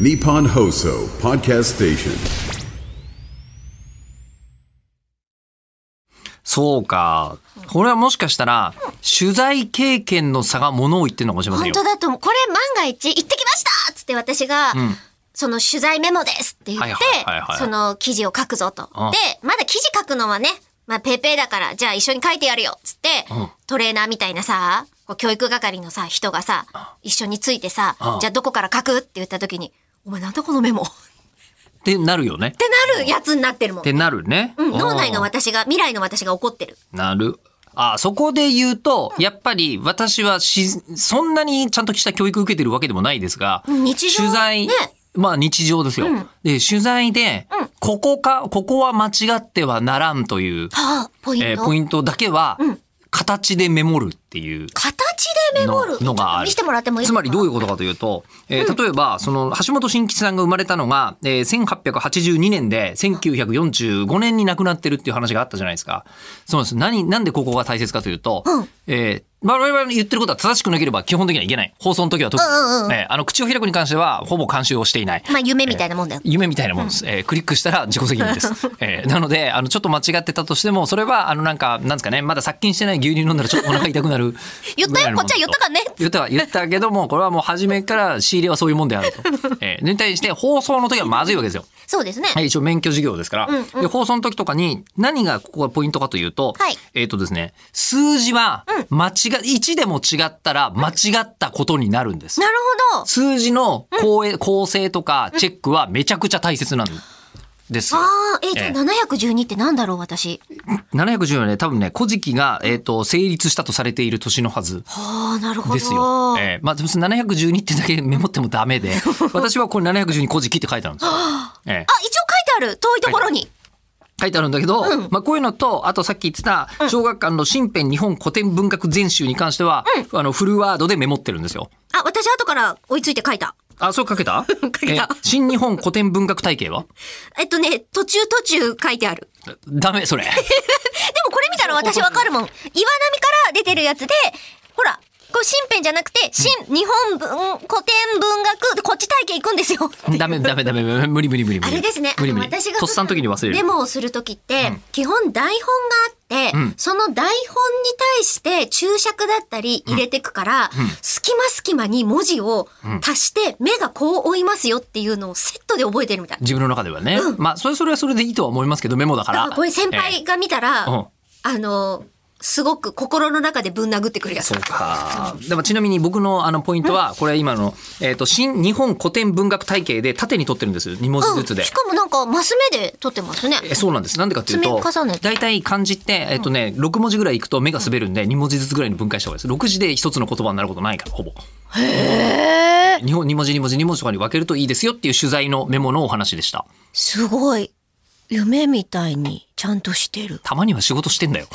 Nippon Hoso Podcast Station. そうか。これはもしかしたら、取材経験の差が物を言ってるのかもしれません本よ。当だと思う。これ万が一、行ってきましたっつって私が、その取材メモですって言って、はいはいはいはいその記事を書くぞと。でうん、まだ記事書くのはね、まあペーペーだから、じゃあ一緒に書いてやるよっつって、トレーナーみたいなさ、こう教育係のさ、人がさ、一緒についてさ、んじゃあどこから書くって言った時に、お前なんだこのメモ っってなるよね。ってなるやつになってるもん。てなるね。うん、脳内うのん私が、未来の私が怒ってる。なる。あ、そこで言うと、やっぱり私はし、そんなにちゃんとした教育受けてるわけでもないですが、うん日常取材、ねまあ日常ですよ。で、取材で、ここか、ここは間違ってはならんという、はあ、ポイント。えーポイントだけは、形でメモるっていう。形でメモる。ののがある見せてもらってもいいですつかまりどういうことかというと、えー例えばその橋本真吉さんが生まれたのが、えー1882年で1945年に亡くなってるっていう話があったじゃないですか。そうなんです何なんでここが大切かというと、えーまあ我々の言ってることは正しくなければ基本的にはいけない。放送の時は特に、うんうんうんえーあの口を開くに関してはほぼ監修をしていない。まあ夢みたいなもんだよ。。夢みたいなもんです。えークリックしたら自己責任です。えーなので、あの、ちょっと間違ってたとしても、それは、あの、なんか、なんですかね、まだ殺菌してない牛乳飲んだらちょっとお腹痛くなる 言っぐらたよいのものこっちは言ったかね言ったは言ったけども、これはもう初めから仕入れはそういうもんである と。えー、に対して、放送の時はまずいわけですよ。そうですね。はい、一応免許授業ですから。うんうんで、放送の時とかに、何がここがポイントかというと、はいえっ、とですね、数字は、間違、1でも違ったら、間違ったことになるんです。なるほど。数字の構,、構成とかチェックはめちゃくちゃ大切なんですよ。ああ、えー、じゃええあ712ってなんだろう、私。 714はね、多分ね、古事記が、えっ、と、成立したとされている年のはずはあ、なるほど。ですよ。ええまあ、別に712ってだけメモってもダメ で、私はこれ712古事記って書いてあるんですよ。ええあ、一応書いてある。遠いところに。書いてあるんだけど、まあこういうのと、あとさっき言ってた、小学館の新編日本古典文学全集に関しては、あの、フルワードでメモってるんですよ。あ、私後から追いついて書いた。あ、そう書け た書けた新日本古典文学体系はえっとね、途中途中書いてある。でダメ、それ。もこれ見たら私わかるもん。岩波から出てるやつで、ほら、こう新編じゃなくて、新日本文、古典文学でこっち体系行くんですよ。 ダメダメダメダメ無理無理無理無あ理れですね。あ無理の無理私がとっさの時に忘れるメモをする時って、基本台本があって、んその台本に対して注釈だったり入れてくから、隙間隙間に文字を足して、目がこう追いますよっていうのをセットで覚えてるみたい。自分の中ではね、まあそれそれはそれでいいとは思いますけどメモだかだらからこれ先え輩が見たら、えうんあの、すごく心の中でぶん殴ってくるやえつ。そうかでもちなみに僕のあのポイントはこれ今の、えっと新日本古典文学体系で縦に取ってるんです2文字ずつでし、かもなんかマス目で撮ってますね。えそうなんですなんでかっていうと積み重ねて大体漢字って、えっとね、6文字ぐらいいくと目が滑るんで2文字ずつぐらいに分解した方がいいです6字で1つの言葉になることないからほぼ。へ日本2文字2文字2文字とかに分けるといいですよっていう取材のメモのお話でしたすごい。夢みたいにちゃんとしてる。たまには仕事してんだよ